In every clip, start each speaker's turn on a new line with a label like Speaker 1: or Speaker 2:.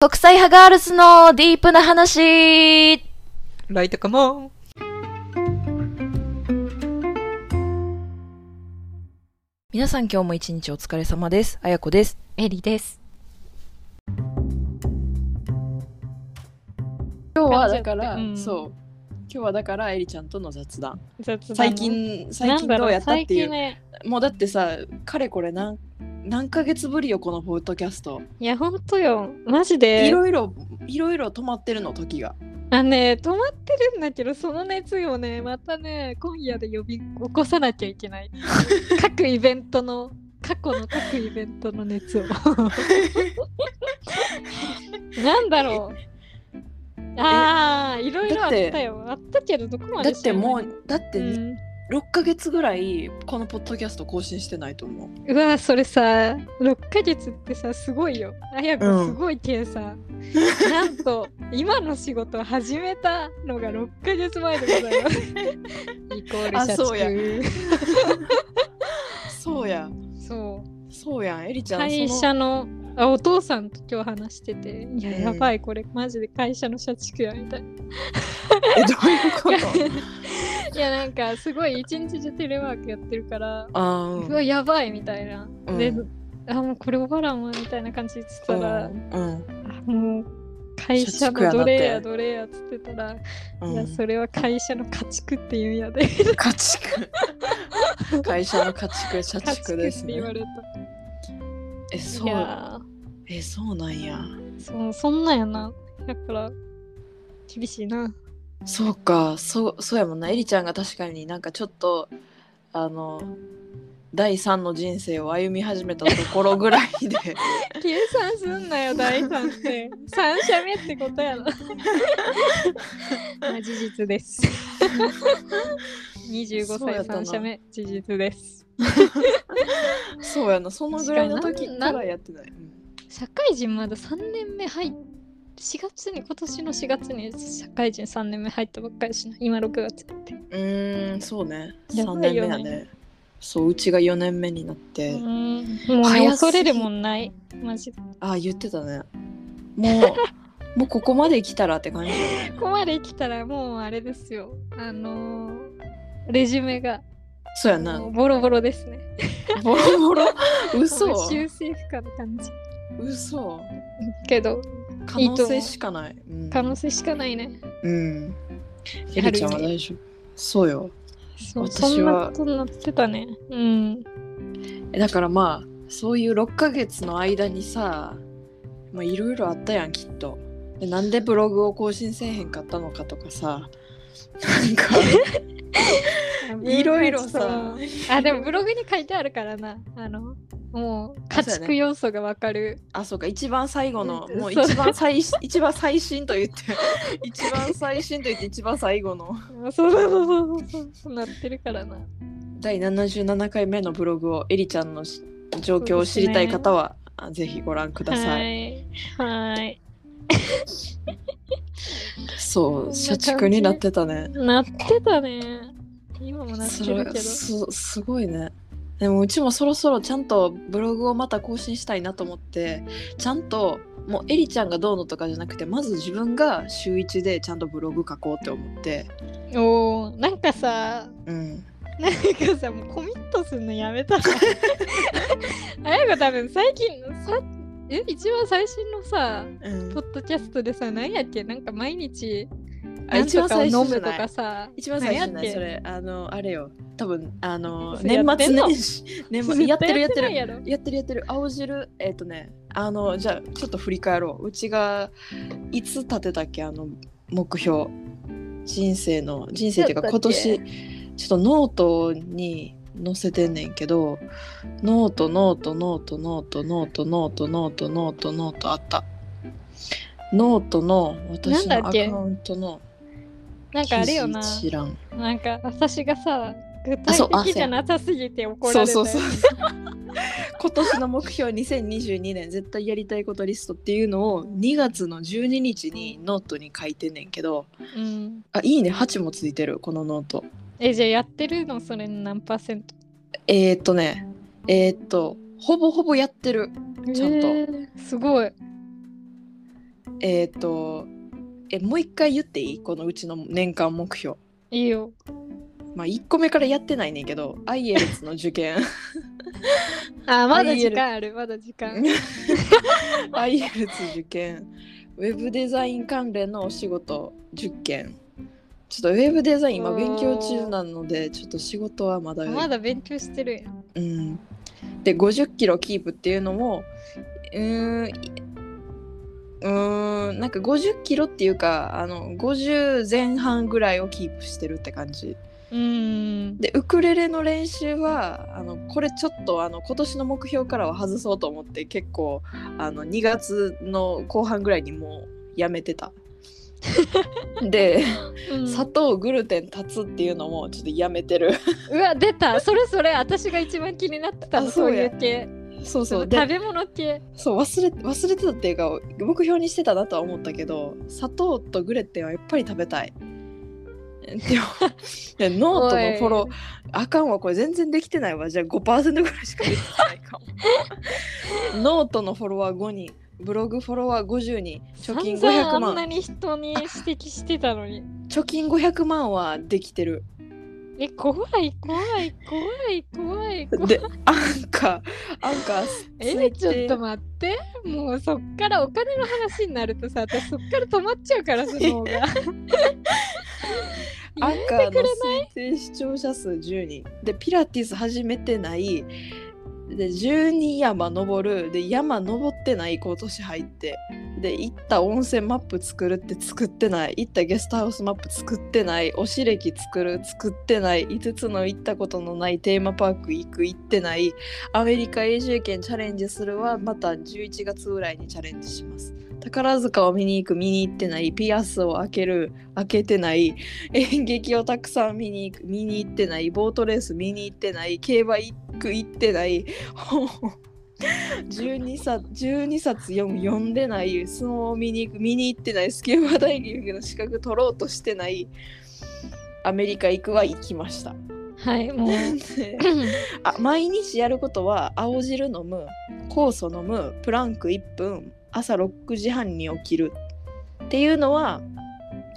Speaker 1: 国際派ガールスのディープな話
Speaker 2: ライトカモン。
Speaker 1: 皆さん今日も一日お疲れ様です。あやこです。
Speaker 2: エリです。
Speaker 3: 今日はだから、
Speaker 2: うん
Speaker 3: そう今日はだからエリちゃんとの雑談
Speaker 2: 雑談
Speaker 3: 最近最
Speaker 2: なん
Speaker 3: 近
Speaker 2: だ
Speaker 3: ど
Speaker 2: ろ
Speaker 3: うやったってい
Speaker 2: 最近
Speaker 3: う
Speaker 2: ね、
Speaker 3: もうだってさかれこれ何何ヶ月ぶりよこのポッドキャスト、
Speaker 2: いや、ほんとよ。マジで
Speaker 3: い。ろいろいろいろ止まってるの時が
Speaker 2: あのね、止まってるんだけど、その熱意をね、またね、今夜で呼び起こさなきゃい けない。各イベントの、過去の各イベント の熱を。なんだろう。ああ、いろいろあったよ。あったけど、どこま
Speaker 3: だっ
Speaker 2: で知ら
Speaker 3: て
Speaker 2: ない
Speaker 3: もうだって
Speaker 2: う
Speaker 3: 6
Speaker 2: ん
Speaker 3: ヶ月ぐらいこのポッドキャスト更新してないと思う
Speaker 2: うわそれさ6ヶ月ってさすごいよあや
Speaker 3: う
Speaker 2: こ
Speaker 3: ん
Speaker 2: すごいけさ、なんと今の仕事を始めたのが6ヶ月前でございますイコール
Speaker 3: あ
Speaker 2: 社畜
Speaker 3: そうや
Speaker 2: そ
Speaker 3: そうや
Speaker 2: う
Speaker 3: そうやんエリちゃん
Speaker 2: 会
Speaker 3: その
Speaker 2: 社のあお父さんと今日話してていや
Speaker 3: うん
Speaker 2: やばいこれマジで会社の社畜やみたいな
Speaker 3: えどういうこと
Speaker 2: いやなんかすごい一日中テレワークやってるから
Speaker 3: あー
Speaker 2: うわやばいみたいな、で
Speaker 3: うん
Speaker 2: あもうこれおばらんわみたいな感じで言ってた
Speaker 3: うん
Speaker 2: ら、
Speaker 3: うん
Speaker 2: あもう会社のどれやどれやっつってたら、
Speaker 3: うん
Speaker 2: いやそれは会社の家畜って言うんやで。
Speaker 3: 家畜 会社の家畜社
Speaker 2: 家
Speaker 3: 畜
Speaker 2: 畜っ
Speaker 3: で
Speaker 2: て
Speaker 3: す
Speaker 2: 言わ
Speaker 3: ね
Speaker 2: れ
Speaker 3: え
Speaker 2: た。
Speaker 3: そ
Speaker 2: いうや
Speaker 3: えそうなんや
Speaker 2: ーそうそんなんやな。だから厳しいな。
Speaker 3: そうかそうそうやもんなエリちゃんが確かになんかちょっとあの第三の人生を歩み始めたところぐらい で
Speaker 2: 計算すん なよ、第三って。三社目ってこと やな。まあ事実 です。25
Speaker 3: そうや
Speaker 2: 歳
Speaker 3: ったな
Speaker 2: 三社目、事実です。
Speaker 3: そうやなそのぐらいの時
Speaker 2: 確か
Speaker 3: か
Speaker 2: に
Speaker 3: らやってない
Speaker 2: 社会人まだ3年目入っ4月に今年の4月に社会人3年目入ったばっかりしな今6月って、
Speaker 3: うんうーんそうね
Speaker 2: や
Speaker 3: 3
Speaker 2: ばい
Speaker 3: 年目
Speaker 2: よね
Speaker 3: やねそううちが4年目になって、
Speaker 2: もう、ね、
Speaker 3: 早すぎ
Speaker 2: 恐れるもんないマジで
Speaker 3: ああ言ってたねも うもうここまで来たらって感じだね
Speaker 2: ここまで来たらもうあれですよあのーレジュメが
Speaker 3: そうや
Speaker 2: も
Speaker 3: な
Speaker 2: うボロボロですね
Speaker 3: ボロボロ 嘘
Speaker 2: もう修正不可の感じ
Speaker 3: 嘘
Speaker 2: けど
Speaker 3: 可
Speaker 2: いい
Speaker 3: 能
Speaker 2: と思
Speaker 3: 性
Speaker 2: う
Speaker 3: しかないうん
Speaker 2: 可能性しかないね
Speaker 3: うんエリちゃんは大丈夫そうよ
Speaker 2: そうそ
Speaker 3: 私
Speaker 2: んな
Speaker 3: は
Speaker 2: ことになってたねうん
Speaker 3: えだからまあそういう6ヶ月の間にさまあいろいろあったやんきっとでなんでブログを更新せえへんかったのかとかさなん かいろいろさ
Speaker 2: あでもブログに書いてあるからなあのもう
Speaker 3: そ
Speaker 2: 家
Speaker 3: うだ
Speaker 2: 畜
Speaker 3: ね
Speaker 2: 要素がわかる
Speaker 3: あそうか一番最後のもう
Speaker 2: そう
Speaker 3: 一番最 一番最新と言って一番最新と言って一番最後の
Speaker 2: あそうそうそうそうそうそうなってるからな
Speaker 3: 第77回目のブログをエリちゃんのし状況を知りたい方は、あぜひご覧ください
Speaker 2: はいはい
Speaker 3: そう
Speaker 2: そ
Speaker 3: 社
Speaker 2: んな感じ
Speaker 3: 畜になってたね
Speaker 2: なってたね今もなって
Speaker 3: そ
Speaker 2: る
Speaker 3: れ
Speaker 2: けど
Speaker 3: すすごいねでもうちもそろそろちゃんとブログをまた更新したいなと思ってちゃんともうエリちゃんがどうのとかじゃなくてまず自分が週1でちゃんとブログ書こうって思って
Speaker 2: おーなんかさ
Speaker 3: うん
Speaker 2: なんかさもうコミットするのやめた わあやこ多分最近さえ一番最新のさ
Speaker 3: うん
Speaker 2: ポッドキャストでさ何やっけなんか毎日
Speaker 3: あ
Speaker 2: なんとかを飲
Speaker 3: 一番最初じ
Speaker 2: む
Speaker 3: ゃ
Speaker 2: と
Speaker 3: ない
Speaker 2: かさ
Speaker 3: 一番最初じゃな
Speaker 2: 何や
Speaker 3: い
Speaker 2: っけ
Speaker 3: それあのあれよ多分あの
Speaker 2: それ
Speaker 3: 年
Speaker 2: やって
Speaker 3: 末
Speaker 2: んの
Speaker 3: 年始年末
Speaker 2: 絶対
Speaker 3: やってるやって
Speaker 2: な
Speaker 3: る
Speaker 2: いやろ
Speaker 3: やってるやってる青汁えっ、とねあのじゃあちょっと振り返ろううちがいつ立てたっけあの目標人生の人生っていうか
Speaker 2: やっ
Speaker 3: 今
Speaker 2: たっけ
Speaker 3: 年ちょっとノートに載せてんねんけどノートノートノートノートノートノートノートノートノートあったノートの私の
Speaker 2: なんだ
Speaker 3: ア
Speaker 2: っ
Speaker 3: カ
Speaker 2: け
Speaker 3: ウントの
Speaker 2: なんかあれよな
Speaker 3: 記事一覧
Speaker 2: なんか私がさ具
Speaker 3: あそう
Speaker 2: 体
Speaker 3: あ
Speaker 2: 的じゃなさすぎて怒ら
Speaker 3: そう
Speaker 2: れた
Speaker 3: そ
Speaker 2: よ
Speaker 3: うそう今年の目標2022年絶対やりたいことリストっていうのを2月の12日にノートに書いてんねんけど
Speaker 2: うん
Speaker 3: あいいね8もついてるこのノート
Speaker 2: えじゃあやってるのそれ何パーセント
Speaker 3: えー、っとねえー、っとほぼほぼやってるちゃんと
Speaker 2: えーすごい
Speaker 3: えっ、とえもう一回言っていいこのうちの年間目標
Speaker 2: いいよ。
Speaker 3: まあ1個目からやってないねんけど IELTS の受験
Speaker 2: あ、まだ
Speaker 3: ありえ
Speaker 2: 時
Speaker 3: る
Speaker 2: 間ある、まだ時間。
Speaker 3: IELTS 受験ウェブデザイン関連のお仕事10件ちょっとウェブデザイン今勉強中なのでちょっと仕事はまだ
Speaker 2: まだ勉強してるやん。
Speaker 3: うん、で50キロキープっていうのもうーんうーんなんか50キロっていうかあの50前半ぐらいをキープしてるって感じ
Speaker 2: うん。
Speaker 3: でウクレレの練習はあのこれちょっとあの今年の目標からは外そうと思って結構あの2月の後半ぐらいにもうやめて たで砂糖グルテン立つっていうのもちょっとやめてる
Speaker 2: うわ、出た。それそれ、私が一番気になってたの、
Speaker 3: あ
Speaker 2: そ
Speaker 3: そうう
Speaker 2: い
Speaker 3: や
Speaker 2: う系。
Speaker 3: そう
Speaker 2: そ
Speaker 3: そううで
Speaker 2: 食べ物系。
Speaker 3: そう忘れ忘れてたっていうか目標にしてたなとは思ったけど砂糖とグレテンはやっぱり食べたい。で もでノートのフォローあかんわこれ全然できてないわじゃあ5%ぐらいしかできてない かもノートのフォロワー5人ブログフォロワー50人貯金
Speaker 2: 散々
Speaker 3: 500
Speaker 2: あんな
Speaker 3: 万
Speaker 2: に人に指摘してたのに。
Speaker 3: 貯金500万はできてる
Speaker 2: え、怖い、怖い、怖い、怖い、怖い。
Speaker 3: でアンカーアンカー
Speaker 2: え、
Speaker 3: 最
Speaker 2: ちょっ
Speaker 3: 近
Speaker 2: と待って。もうそっからお金の話になるとさ、私そっから止まっちゃうから、その方が。
Speaker 3: アンカーの推定視聴者数10人でピラティス始めてないで12山登るで山登ってない今年入ってで行った温泉マップ作るって作ってない行ったゲストハウスマップ作ってないおしれき作る作ってない5つの行ったことのないテーマパーク行く行ってないアメリカ永住権チャレンジするはまた11月ぐらいにチャレンジします宝塚を見に行く見に行ってないピアスを開ける開けてない演劇をたくさん見に行く見に行ってないボートレース見に行ってない競馬行く行ってない本を12冊12冊読む読んでない相撲を見に行く見に行ってないスキューバダイビングの資格取ろうとしてないアメリカ行くは行きました。
Speaker 2: はい、もう。
Speaker 3: であ毎日やることは青汁飲む酵素飲むプランク1分朝6時半に起きるっていうのは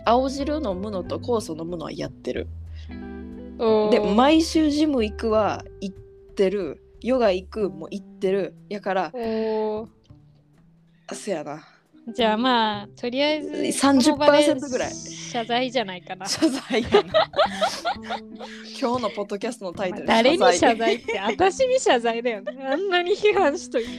Speaker 3: 青汁飲むのと酵素飲むのはやってるで
Speaker 2: で
Speaker 3: 毎週ジム行くは行ってるヨガ行くも行ってるやから
Speaker 2: おー
Speaker 3: せやな
Speaker 2: じゃあまあとりあえず
Speaker 3: 30%
Speaker 2: この場で
Speaker 3: ぐらい
Speaker 2: 謝罪じゃないかな、
Speaker 3: 謝 罪やな今日のポッドキャストのタイ
Speaker 2: ま
Speaker 3: ト
Speaker 2: あ
Speaker 3: ル
Speaker 2: 誰に謝罪 って私に謝罪だよねあんなに批判しといて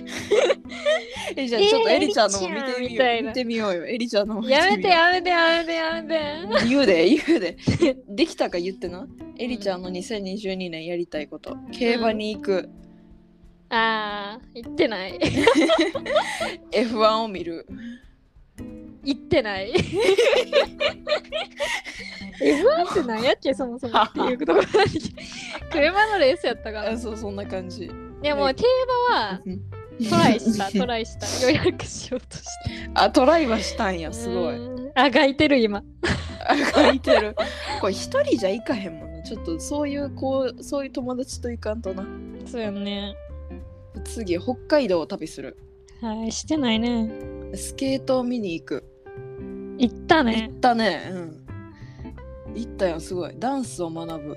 Speaker 3: えじゃあちょっと
Speaker 2: えー
Speaker 3: エリちゃんのも見
Speaker 2: エリちゃん
Speaker 3: て
Speaker 2: み
Speaker 3: みよ
Speaker 2: たいうな
Speaker 3: 見てみようよエリちゃんのも見てみ
Speaker 2: や
Speaker 3: よう
Speaker 2: めてやめてやめてやめて
Speaker 3: 言うで言う でできたか言ってなエリちゃんの2022年やりたいこと競馬に行く、
Speaker 2: あー言ってない
Speaker 3: F1 を見る
Speaker 2: 言ってない F1 って何やっけそもそもっていうことが 車のレースやったから
Speaker 3: あ
Speaker 2: い
Speaker 3: そうそんな感じ
Speaker 2: やもう競馬はトラ イしたトライした予約しようとして
Speaker 3: あトライはしたんやすご
Speaker 2: う
Speaker 3: い
Speaker 2: んあがいてる今
Speaker 3: あ書いてるこれ一人じゃ行かへんもんなちょっとそういうこうそういう友達と行かんとな
Speaker 2: そうよね
Speaker 3: 次北海道を旅する
Speaker 2: はいしてないね
Speaker 3: スケートを見に行く
Speaker 2: 行った
Speaker 3: 行
Speaker 2: ね
Speaker 3: ったねうん行ったやんすごいダンスを学ぶ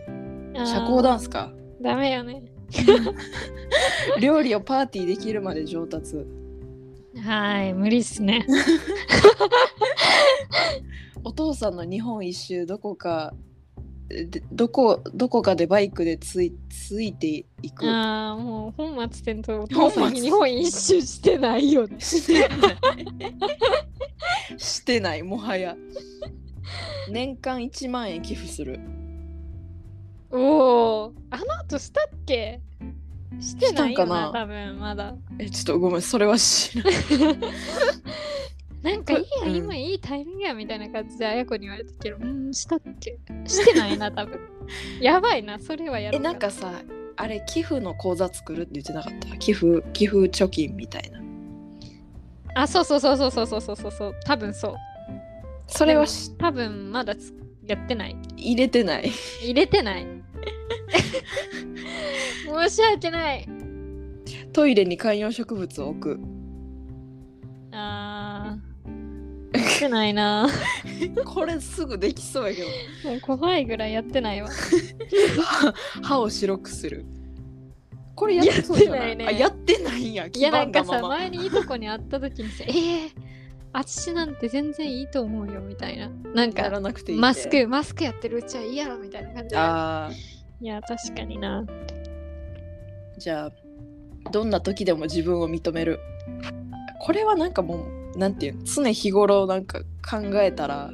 Speaker 3: 社交
Speaker 2: だ
Speaker 3: ダンスか
Speaker 2: ダメよね
Speaker 3: 料理をパーティーできるまで上達
Speaker 2: はい無理っすね
Speaker 3: お父さんの日本一周どこかでどこどこかでバイクでついついていく。
Speaker 2: ああもう本末転倒お
Speaker 3: 本
Speaker 2: 父
Speaker 3: 末
Speaker 2: さん日本一周してないよね
Speaker 3: してないしてないもはや。年間1万円寄付する。
Speaker 2: おおあの後したっけしてない
Speaker 3: し
Speaker 2: よな
Speaker 3: たんかな
Speaker 2: 多分まだ
Speaker 3: えちょっとごめんそれは知らない。
Speaker 2: なんかいいや、
Speaker 3: うん
Speaker 2: 今いいタイミングやみたいな感じであやこに言われたけどうんしたっけしてないな多分 やばいなそれはや
Speaker 3: え
Speaker 2: ろう
Speaker 3: なんかさあれ寄付の口座作るって言ってなかった寄付寄付貯金みたいな。
Speaker 2: あそうそうそうそうそうそうそうそうそう多分そう
Speaker 3: それはし
Speaker 2: 多分まだつやってない
Speaker 3: 入れてない。
Speaker 2: 入れてない 申し訳ない
Speaker 3: トイレに観葉植物を置く。
Speaker 2: あってないな。
Speaker 3: これすぐできそうやけど
Speaker 2: もう怖いぐらいやってないわ。
Speaker 3: 歯を白くするこれやってそうじゃない
Speaker 2: やってないね
Speaker 3: あやってないんや
Speaker 2: いやなんか
Speaker 3: 黄ば
Speaker 2: さ、
Speaker 3: んだまま
Speaker 2: 前にいとこに会った時にさ、ええー、あっちなんて全然いいと思うよみたいな。なん
Speaker 3: や
Speaker 2: か、
Speaker 3: らなくていいって
Speaker 2: マスク、マスクやってるうちはいいやろみたいな感じで。
Speaker 3: あ
Speaker 2: いや、確かにな。
Speaker 3: ーじゃあどんな時でも自分を認めるこれはなんかもうなんていうの常日頃なんか考えたら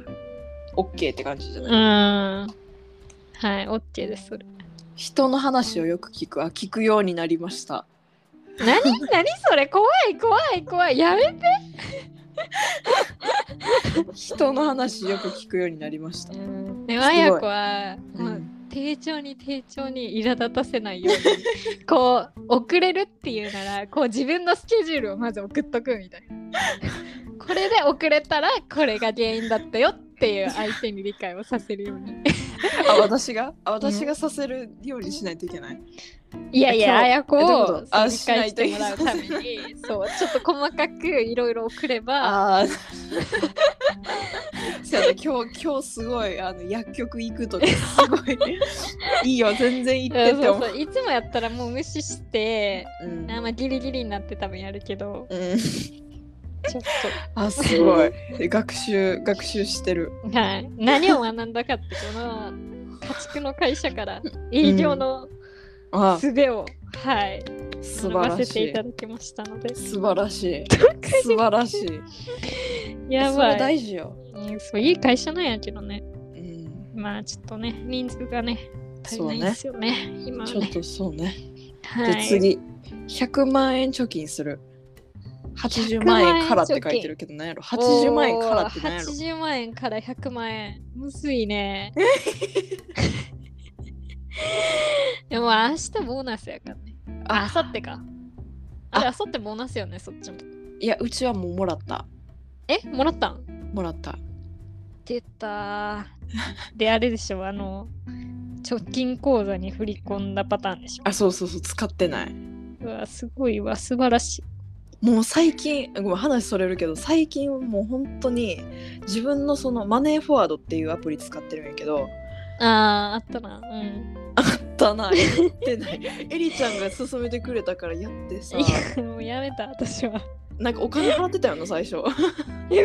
Speaker 3: OK って感じじゃ
Speaker 2: う
Speaker 3: ない、
Speaker 2: ーん。はい、OK で す、それ。
Speaker 3: 人の話をよく聞くあ聞くようになりました
Speaker 2: 何何それ怖い怖い怖いやめ
Speaker 3: 人の話よく聞くようになりました、
Speaker 2: ねわやこは、
Speaker 3: う
Speaker 2: まあ
Speaker 3: ん
Speaker 2: 丁重に丁重に苛立たせないよう にこう遅れるっていうならこう自分のスケジュールをまず送っとくみた いなこれで遅れたらこれが原因だったよっていう相手に理解をさせるように
Speaker 3: あ私があ私がさせるようにしないといけない、
Speaker 2: いやいやあ
Speaker 3: え
Speaker 2: やこ
Speaker 3: えどういうこ
Speaker 2: を
Speaker 3: とあ
Speaker 2: 理解してもらうため
Speaker 3: し
Speaker 2: にそうちょっと細かくいろいろ送れば
Speaker 3: ああ そうやな今日今日すごいあの薬局行くとかすごいいいよ全然行っ
Speaker 2: いや
Speaker 3: て
Speaker 2: そ
Speaker 3: て
Speaker 2: う
Speaker 3: も
Speaker 2: そういつもやったらもう無視して
Speaker 3: うん
Speaker 2: あまあギリギリになって多分やるけど
Speaker 3: うん
Speaker 2: ちょっ
Speaker 3: あすごい学習学習してる
Speaker 2: と、はい、何を学んだかってこの家畜の会社から営業の
Speaker 3: あ
Speaker 2: 術を、はい
Speaker 3: 素晴
Speaker 2: 学ば
Speaker 3: ら
Speaker 2: せ
Speaker 3: して
Speaker 2: い
Speaker 3: い
Speaker 2: ただきましたので
Speaker 3: 素晴らしい素晴らしい
Speaker 2: や
Speaker 3: それ
Speaker 2: ばい
Speaker 3: 大事よ、
Speaker 2: うんそういい会社なんやけどね
Speaker 3: うん、
Speaker 2: まあちょっとね人数がね足り
Speaker 3: そう
Speaker 2: ない
Speaker 3: ね
Speaker 2: ですよね今は
Speaker 3: ちょっ
Speaker 2: ね
Speaker 3: とそうね
Speaker 2: は
Speaker 3: で
Speaker 2: い
Speaker 3: 次100万円貯金する80万円からって書いてるけど何やろ80万円からって何やろ
Speaker 2: おー80万円から100万円むず いねでも明日ボーナスやからねあ明後日かあれ明後日ボーナスよねそっちも
Speaker 3: いやうちはもうもらった
Speaker 2: えもらったん
Speaker 3: もらった
Speaker 2: 出たーであれでしょあの貯金口座に振り込んだパターンでしょ
Speaker 3: あそうそうそう使ってないう
Speaker 2: わすごいわ素晴らしい
Speaker 3: もう最近ごめん話それるけど最近もう本当に自分のそのマネーフォワードっていうアプリ使ってるんやけど
Speaker 2: あーあったなうん
Speaker 3: だなやってないエリちゃんが勧めてくれたからやってさ
Speaker 2: いやもうやめた私は
Speaker 3: なんかお金払ってたよな最初
Speaker 2: いやお金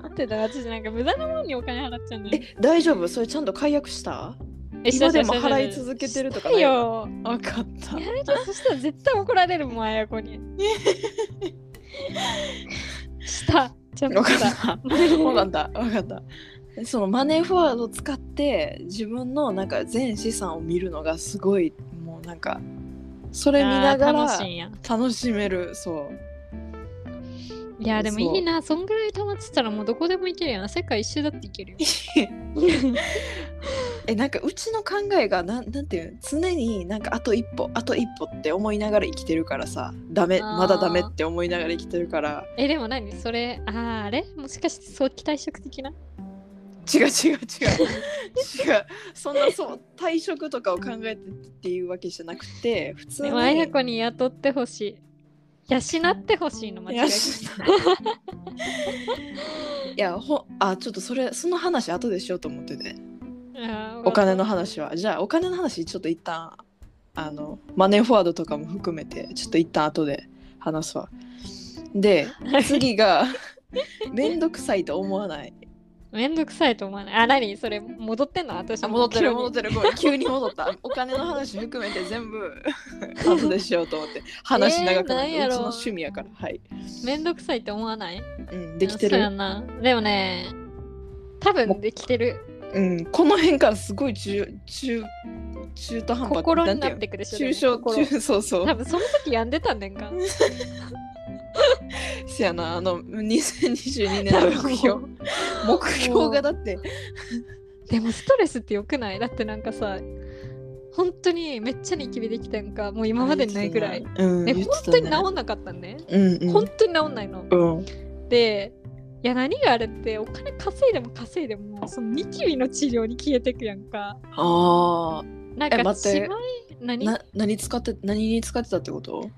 Speaker 2: 払ってた私なんか無駄なものにお金払っちゃうんだよね
Speaker 3: え大丈夫それちゃんと解約した
Speaker 2: え
Speaker 3: 今でも払い続けてるとかない
Speaker 2: いよ。
Speaker 3: 分かった
Speaker 2: やめて、そしたら絶対怒られるもん、あや こに。した。ちゃん
Speaker 3: 分
Speaker 2: と
Speaker 3: かっ
Speaker 2: した。
Speaker 3: た分かった分かったでそのマネーフォワードを使って自分のなんか全資産を見るのがすごいもうなんかそれ見なが
Speaker 2: あー楽
Speaker 3: ら
Speaker 2: しいんや。
Speaker 3: 楽しめるそう
Speaker 2: いや、でもい
Speaker 3: そう
Speaker 2: いな。そんぐらい溜まってたらもうどこでも行けるやん。世界一周だって行けるよ。
Speaker 3: えなんかうちの考えがなんなんていうの常になんかあと一歩あと一歩って思いながら生きてるからさダメ
Speaker 2: あー
Speaker 3: まだダメって思いながら生きてるから
Speaker 2: え、でも何それ、あーあれもしかして早期退職的な
Speaker 3: 違う違う違う違うそんなそう退職とかを考えてっていうわけじゃなくて普通
Speaker 2: で
Speaker 3: に
Speaker 2: もあやこに雇ってほしい。養ってほしいの、間
Speaker 3: い
Speaker 2: 違い
Speaker 3: や
Speaker 2: なく。
Speaker 3: しいやほあちょっとそれその話後でしようと思ってて
Speaker 2: あー
Speaker 3: お金の話はじゃあお金の話ちょっと一旦あのマネーフォワードとかも含めてちょっと一旦後で話すわで次がめんどくさいと思わない
Speaker 2: めんどくさいと思わない。あ、何それ、戻ってんの私
Speaker 3: あ
Speaker 2: も
Speaker 3: 戻ってる
Speaker 2: 急に
Speaker 3: 戻ってるごめん急に戻ったお金の話含めて全部 後でしようと思って話長くなる、
Speaker 2: えーなんやろ
Speaker 3: うちの趣味やからはい、
Speaker 2: めんどくさいって思わない
Speaker 3: うん、できて
Speaker 2: そうや
Speaker 3: る
Speaker 2: なでもね多分できてる
Speaker 3: うんこの辺からすごい中中中途半端
Speaker 2: 心にな
Speaker 3: なん
Speaker 2: っててくでしょ
Speaker 3: いうの抽象
Speaker 2: 心
Speaker 3: 中 そうそう
Speaker 2: 多分その時病んでたんねんか
Speaker 3: せやなあの2022年の目標目標がだって
Speaker 2: でもストレスってよくないだってなんかさ本当にめっちゃニキビできたんかもう今までにないぐらい、
Speaker 3: うん、
Speaker 2: で
Speaker 3: 言っ
Speaker 2: 本
Speaker 3: て
Speaker 2: 当
Speaker 3: た
Speaker 2: に治んなかったんね、
Speaker 3: うんうん
Speaker 2: 本当に治んないの、
Speaker 3: うん
Speaker 2: でいや何があれってお金稼いでも稼いでもそのニキビの治療に消えてくやんか
Speaker 3: あ
Speaker 2: なん
Speaker 3: え
Speaker 2: か
Speaker 3: 待って
Speaker 2: しまい
Speaker 3: ー
Speaker 2: 何
Speaker 3: な何使って何に使ってたってこと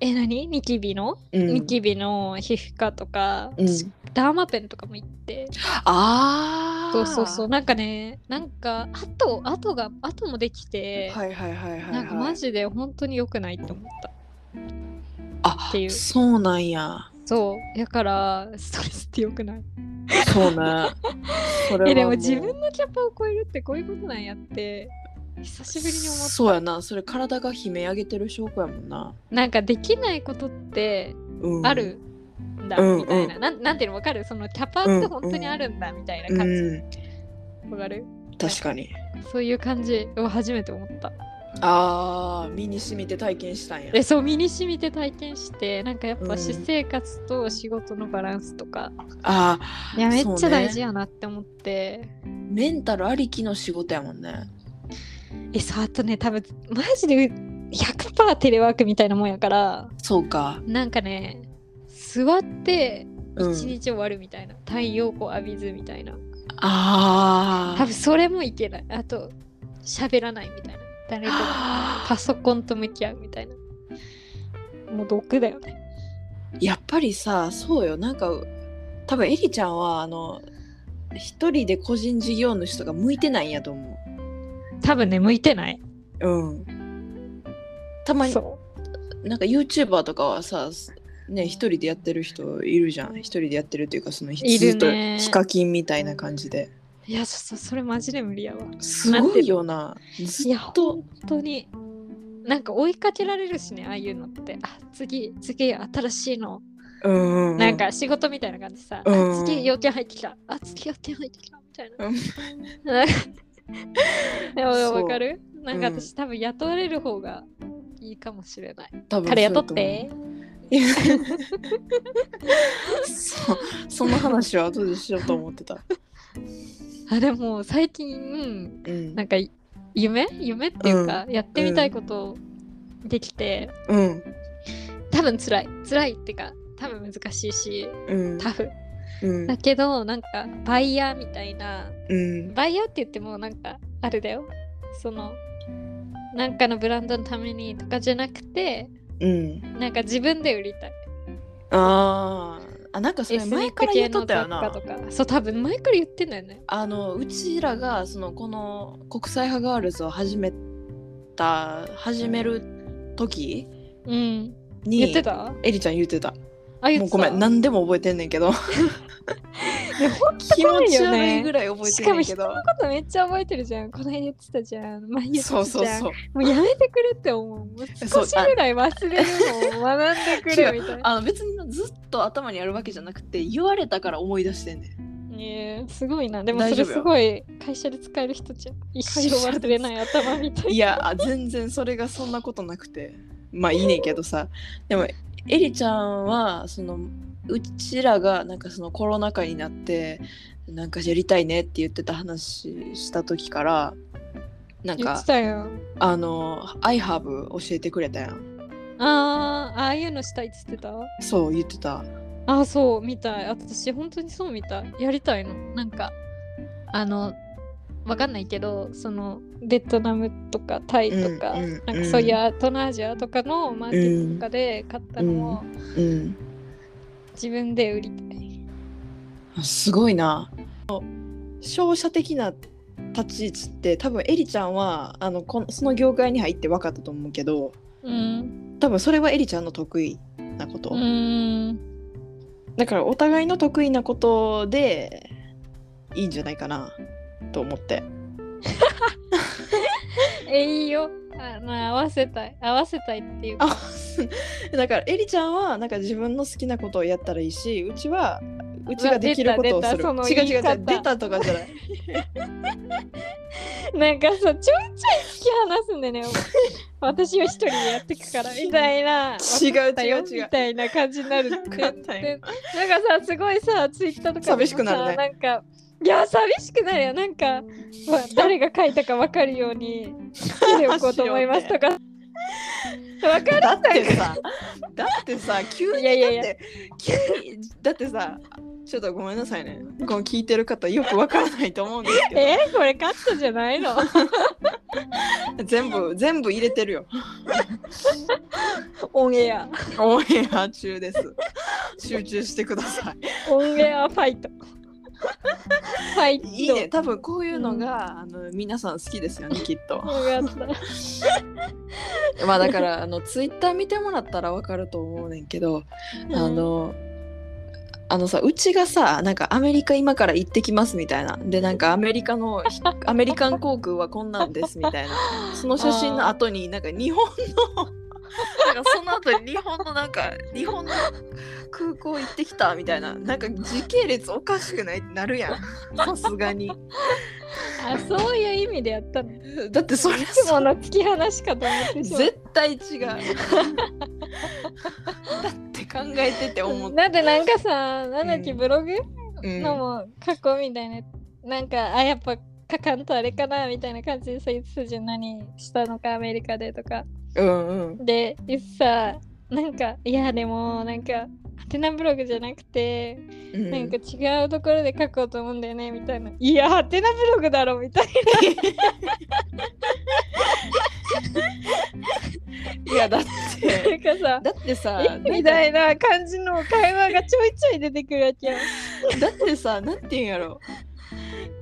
Speaker 2: え何ニキビの、
Speaker 3: うん
Speaker 2: ニキビの皮膚科とか、
Speaker 3: うん
Speaker 2: 私ダーマペンとかも行って
Speaker 3: ああ
Speaker 2: そうそうそうなんかねなんかあとあとがあともできて、
Speaker 3: はいはいはいはい、はい、
Speaker 2: なんかマジで本当に良くないって思った
Speaker 3: あ
Speaker 2: っていう
Speaker 3: そうなんや
Speaker 2: そうだからストレスって良くない
Speaker 3: そうねそれは
Speaker 2: えでも
Speaker 3: う
Speaker 2: 自分のキャパを超えるってこういうことなんやって久しぶりに思った
Speaker 3: そうやなそれ体が悲鳴上げてる証拠やもんな、
Speaker 2: なんかできないことって
Speaker 3: うん、
Speaker 2: あるんだ
Speaker 3: うん
Speaker 2: みたいな、なんなんていうのわかるそのキャパって本当にあるんだみたいな
Speaker 3: う
Speaker 2: 感じわ、
Speaker 3: ん
Speaker 2: かる
Speaker 3: 確かに
Speaker 2: そういう感じを初めて思った。
Speaker 3: あー身に染みて体験したんや
Speaker 2: えそう身に染みて体験してなんかやっぱ私生活と仕事のバランスとか、
Speaker 3: あ
Speaker 2: いやめっ
Speaker 3: そう
Speaker 2: ち
Speaker 3: ね
Speaker 2: ゃ大事やなって思って、
Speaker 3: ーメンタルありきの仕事やもんね
Speaker 2: えそうあとね多分マジで100%テレワークみたいなもんやから
Speaker 3: そうか
Speaker 2: なんかね座って
Speaker 3: うん
Speaker 2: 一日終わるみたいな、太陽光浴びずみたいな
Speaker 3: あ
Speaker 2: 多
Speaker 3: ー
Speaker 2: 分それもいけないあと喋らないみたいな誰 ともパソコンと向き合うみたいなもう毒だよね
Speaker 3: やっぱりさそうよなんか多分エリちゃんはあの一人で個人事業主とか向いてないんやと思
Speaker 2: 多分ね向いてないう
Speaker 3: うんたまに
Speaker 2: そう
Speaker 3: なんか YouTuber とかはさね一人でやってる人いるじゃん一人でやってるっていうかその
Speaker 2: いる
Speaker 3: ずっと
Speaker 2: ね
Speaker 3: ヒカキンみたいな感じで
Speaker 2: いやそそそれマジで無理やわ
Speaker 3: すごいよなず
Speaker 2: い
Speaker 3: っ
Speaker 2: や
Speaker 3: と
Speaker 2: 本当になんか追いかけられるしねああいうのってあ次次新しいの、
Speaker 3: うんう
Speaker 2: なんか仕事みたいな感じさ、
Speaker 3: うん
Speaker 2: あ次要件入ってきたあ次要件入ってきたみたいな、
Speaker 3: う
Speaker 2: でも
Speaker 3: そう
Speaker 2: わかるなんか
Speaker 3: うん
Speaker 2: 私、多分雇われる方がいいかもしれない
Speaker 3: 多分
Speaker 2: 彼雇って
Speaker 3: そうその話は後でしようと思ってた、
Speaker 2: あでも最近
Speaker 3: うん、
Speaker 2: なんか夢夢っていうか、やってみたいことできて、
Speaker 3: うん
Speaker 2: 多分辛い辛いっていうか多分難しいし
Speaker 3: うん
Speaker 2: タフ
Speaker 3: うん
Speaker 2: だけどなんかバイヤーみたいな
Speaker 3: うん
Speaker 2: バイヤーって言ってもなんかあれだよそのなんかのブランドのためにとかじゃなくて
Speaker 3: うん
Speaker 2: なんか自分で売りたい
Speaker 3: あーあなんかそ
Speaker 2: エ
Speaker 3: れ
Speaker 2: スニ
Speaker 3: 前
Speaker 2: ッ
Speaker 3: か
Speaker 2: ク
Speaker 3: ら言
Speaker 2: 系
Speaker 3: っと
Speaker 2: の
Speaker 3: ったよ
Speaker 2: 雑
Speaker 3: な
Speaker 2: 貨とかそう多分前から言ってんだよね
Speaker 3: あのうちらがそのこの国際派ガールズを始めた始める時
Speaker 2: うん
Speaker 3: に
Speaker 2: 言ってた
Speaker 3: エリちゃん言ってた
Speaker 2: あ言っ
Speaker 3: も
Speaker 2: て
Speaker 3: う
Speaker 2: た
Speaker 3: ごめん何でも覚えてんねんけど気
Speaker 2: 怖
Speaker 3: 持
Speaker 2: い
Speaker 3: ち
Speaker 2: よ
Speaker 3: 悪い
Speaker 2: ね
Speaker 3: ぐらい覚え
Speaker 2: してか
Speaker 3: んね
Speaker 2: も
Speaker 3: んけ
Speaker 2: 人の
Speaker 3: ど
Speaker 2: ことめっちゃ覚えてるじゃんこの間言ってたじゃん前言ってたじゃ
Speaker 3: そ
Speaker 2: ん
Speaker 3: うそうそう
Speaker 2: もうやめてくれって思うもう
Speaker 3: そう
Speaker 2: 少しぐらい忘れるのを学んでくれ みたいな
Speaker 3: あの別にずっと頭にあるわけじゃなくて言われたから思い出してんねん
Speaker 2: ねえすごいなでも
Speaker 3: 大
Speaker 2: そ
Speaker 3: 丈
Speaker 2: れ
Speaker 3: 夫よ
Speaker 2: すごい会社で使える人じゃん一生忘れない頭みたい
Speaker 3: いやあ全然それがそんなことなくてまあいいねんけどさでもエリちゃんはそのうちらがなんかそのコロナ禍になってなんかやりたいねって言ってた話した時からなん
Speaker 2: 言っ
Speaker 3: か
Speaker 2: てたよ
Speaker 3: あの「iHub」教えてくれたやん
Speaker 2: あーああいうのしたいっつってたあ
Speaker 3: そう言ってた
Speaker 2: ーそうみたい私本当にそうみたいやりたいのなんかあのわかんないけどそのベトナムとかタイとか、
Speaker 3: うんうん
Speaker 2: なんかそういう東南アジアとかのマーケットとかで買ったのを
Speaker 3: うん
Speaker 2: 自分で売りたい、
Speaker 3: すごいな。商社的な立ち位置って多分エリちゃんはあのこのその業界に入って分かったと思うけど
Speaker 2: うん
Speaker 3: 多分それはエリちゃんの得意なこと、
Speaker 2: うーん
Speaker 3: だからお互いの得意なことでいいんじゃないかなと思って
Speaker 2: えいいよあの合わせたい合わせたいっていうか
Speaker 3: あ だからエリちゃんはなんか自分の好きなことをやったらいいしうちはうちができることをする
Speaker 2: うわ出た出たその
Speaker 3: 違う違う違
Speaker 2: 言い方
Speaker 3: う出たとかじゃない
Speaker 2: なんかさ、ちょいちょい突き放すん でね、私は一人でやってくからみたいな、
Speaker 3: 違う
Speaker 2: わかったよ
Speaker 3: 違う違う
Speaker 2: みたいな感じになるって。
Speaker 3: わかったよ
Speaker 2: でなんかさ、すごいさ、ツイッターとかでもさ
Speaker 3: 寂しくなるね
Speaker 2: なんか、いや、寂しくなるよ。なんか、わ誰が書いたか分かるように、書いておこうと思いますとか。わかる
Speaker 3: だってさ、だって さ、急に
Speaker 2: いやいやいや
Speaker 3: だって急にだってさ、ちょっとごめんなさいね。この聞いてる方よくわからないと思うんですけど、
Speaker 2: えーこれカットじゃないの
Speaker 3: 全部全部入れてるよ。
Speaker 2: オンエア
Speaker 3: オンエア中です。集中してください。
Speaker 2: オンエアファイトファイト
Speaker 3: いいね。多分こういうのが、あの皆さん好きです よね、きっと。
Speaker 2: よかった
Speaker 3: まあだからあのツイッター見てもらったらわかると思うねんけど、あの。あのさうちがさなんかアメリカ今から行ってきますみたいなでなんかアメリカの アメリカン航空はこんなんですみたいなその写真の後になんか日本のなんかその後に日本のなんか日本の空港行ってきたみたいななんか時系列おかしくないってなるやん さすがに
Speaker 2: あそういう意味でやったのい
Speaker 3: だってそれ
Speaker 2: つもの突き放しかと思ってしまう
Speaker 3: 絶対違うだって考えてて思った
Speaker 2: だってなんかさなんだっけ
Speaker 3: うん
Speaker 2: ブログ
Speaker 3: うん
Speaker 2: のも過去みたいな、なんかあやっぱ書かんとあれかなみたいな感じでさいつじゃ何したのかアメリカでとか
Speaker 3: うんうん
Speaker 2: でいつさなんかいやでもなんかハテナブログじゃなくて、
Speaker 3: うん
Speaker 2: なんか違うところで書こうと思うんだよねみたいないやハテナブログだろみたい
Speaker 3: いやだっ
Speaker 2: な
Speaker 3: て
Speaker 2: なんかさ
Speaker 3: だってさ
Speaker 2: えみた
Speaker 3: なんか
Speaker 2: いな感じの会話がちょいちょい出てくるわけよ。
Speaker 3: だってさなんて言うんやろ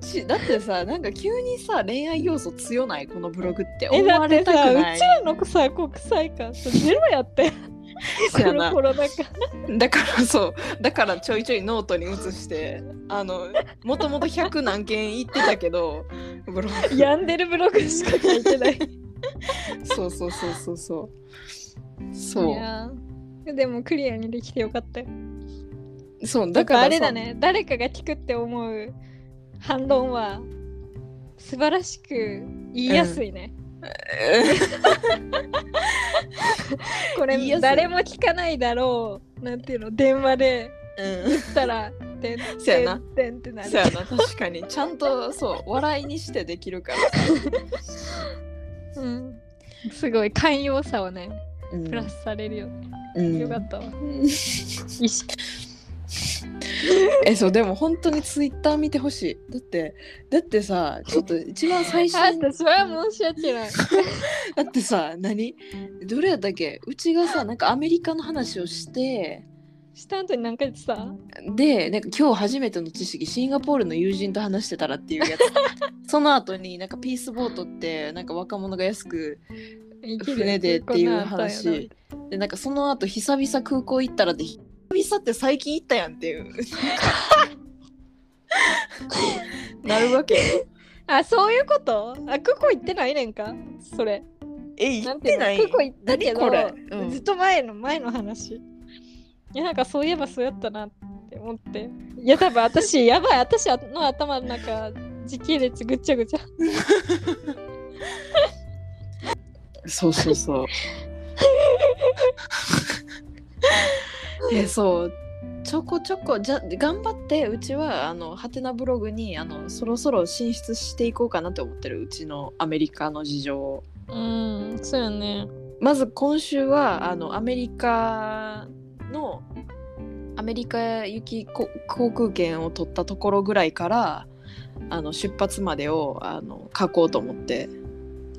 Speaker 3: ちだってさなんか急にさ恋愛要素強ないこのブログって
Speaker 2: え
Speaker 3: 思
Speaker 2: だ
Speaker 3: わ
Speaker 2: っ
Speaker 3: れ
Speaker 2: て
Speaker 3: た
Speaker 2: さ
Speaker 3: く
Speaker 2: う
Speaker 3: ない
Speaker 2: ちらのさ国際観さゼロやったよ。
Speaker 3: そうや
Speaker 2: こ
Speaker 3: な
Speaker 2: のコロナ禍
Speaker 3: だからそうだからちょいちょいノートに写してあのもともと100何件行ってたけどブログ
Speaker 2: 病んでるブログしか書いてない。
Speaker 3: そうそうそうそう そう
Speaker 2: い
Speaker 3: そ
Speaker 2: やーでもクリアにできてよかったよ。
Speaker 3: うそうだ
Speaker 2: だ
Speaker 3: か
Speaker 2: か
Speaker 3: らら
Speaker 2: あれだ
Speaker 3: さ
Speaker 2: ね、誰かが聞くって思う反論は素晴らしく言いやすいね。こ
Speaker 3: 言いやす
Speaker 2: れ
Speaker 3: い
Speaker 2: 誰も聞かないだろう。なんていうの、電話で
Speaker 3: うん
Speaker 2: 言ったら、てん
Speaker 3: そう
Speaker 2: て
Speaker 3: やなん
Speaker 2: てんってなる
Speaker 3: そう。やな確かにちゃんとそう笑いにしてできるから
Speaker 2: うんすごい寛容さをね、
Speaker 3: うん
Speaker 2: プラスされるよね。
Speaker 3: うん
Speaker 2: よかったわ。
Speaker 3: 意識えそうでも本当にツイッター見てほしいだってだってさちょっと一番最
Speaker 2: あ
Speaker 3: 新
Speaker 2: んた、それは申し訳 ない。
Speaker 3: だってさ何どれやったっけうちがさなんかアメリカの話をして
Speaker 2: した後に何か言ってた
Speaker 3: でなんか今日初めての知識シンガポールの友人と話してたらっていうや つその後になんかピースボートってなんか若者が安く船でっていう話でなんかその後久々空港行ったらで久々って最近行ったやんっていう なるわけ よ
Speaker 2: あそういうことあ空港行ってないねんかそれ
Speaker 3: え
Speaker 2: な
Speaker 3: 行っ
Speaker 2: んてい
Speaker 3: て
Speaker 2: うの
Speaker 3: ない
Speaker 2: 空港行ったけど
Speaker 3: 何これうん
Speaker 2: ずっと前の前の話いやなんかそういえばそうやったなって思っていや多分 私やばい私の頭の中時系列ぐっちゃぐちゃ
Speaker 3: そうそうそう えそうちょこちょこじゃ頑張ってうちはあのハテナブログにあのそろそろ進出していこうかなって思ってるうちのアメリカの事情を。
Speaker 2: うんそうよね
Speaker 3: まず今週はあのアメリカのアメリカ行きこ航空券を取ったところぐらいからあの出発までをあの書こうと思って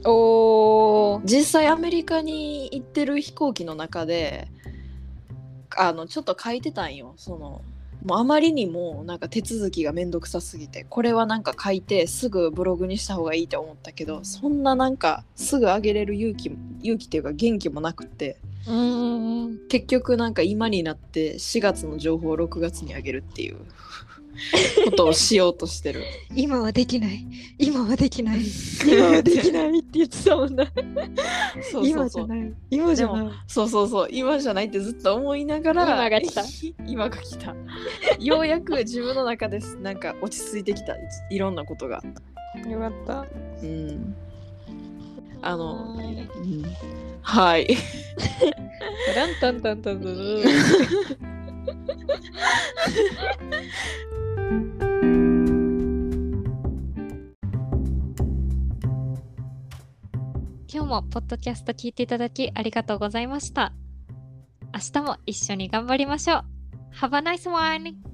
Speaker 2: おー
Speaker 3: 実際アメリカに行ってる飛行機の中であのちょっと書いてたんよそのもうあまりにもなんか手続きがめんどくさすぎてこれはなんか書いてすぐブログにした方がいいと思ったけどそんななんかすぐ上げれる勇気も勇気っていうか元気もなくて。
Speaker 2: うんうんうん
Speaker 3: 結局なんか今になって4月の情報を6月に上げるっていうことをしようとしてる
Speaker 2: 今はできない今はできない今はできないって言ってたもん
Speaker 3: そ
Speaker 2: な
Speaker 3: うそうそう
Speaker 2: 今じゃない今じゃない
Speaker 3: そうそうそう今じゃないってずっと思いながら
Speaker 2: 今が来た
Speaker 3: 今が来たようやく自分の中ですなんか落ち着いてきたいいろんなことが
Speaker 2: よかった
Speaker 3: うんあの、うんはい
Speaker 2: ランタンタンタンタン今日もポッドキャスト聞いていただきありがとうございました。明日も一緒に頑張りましょう。Have a nice one!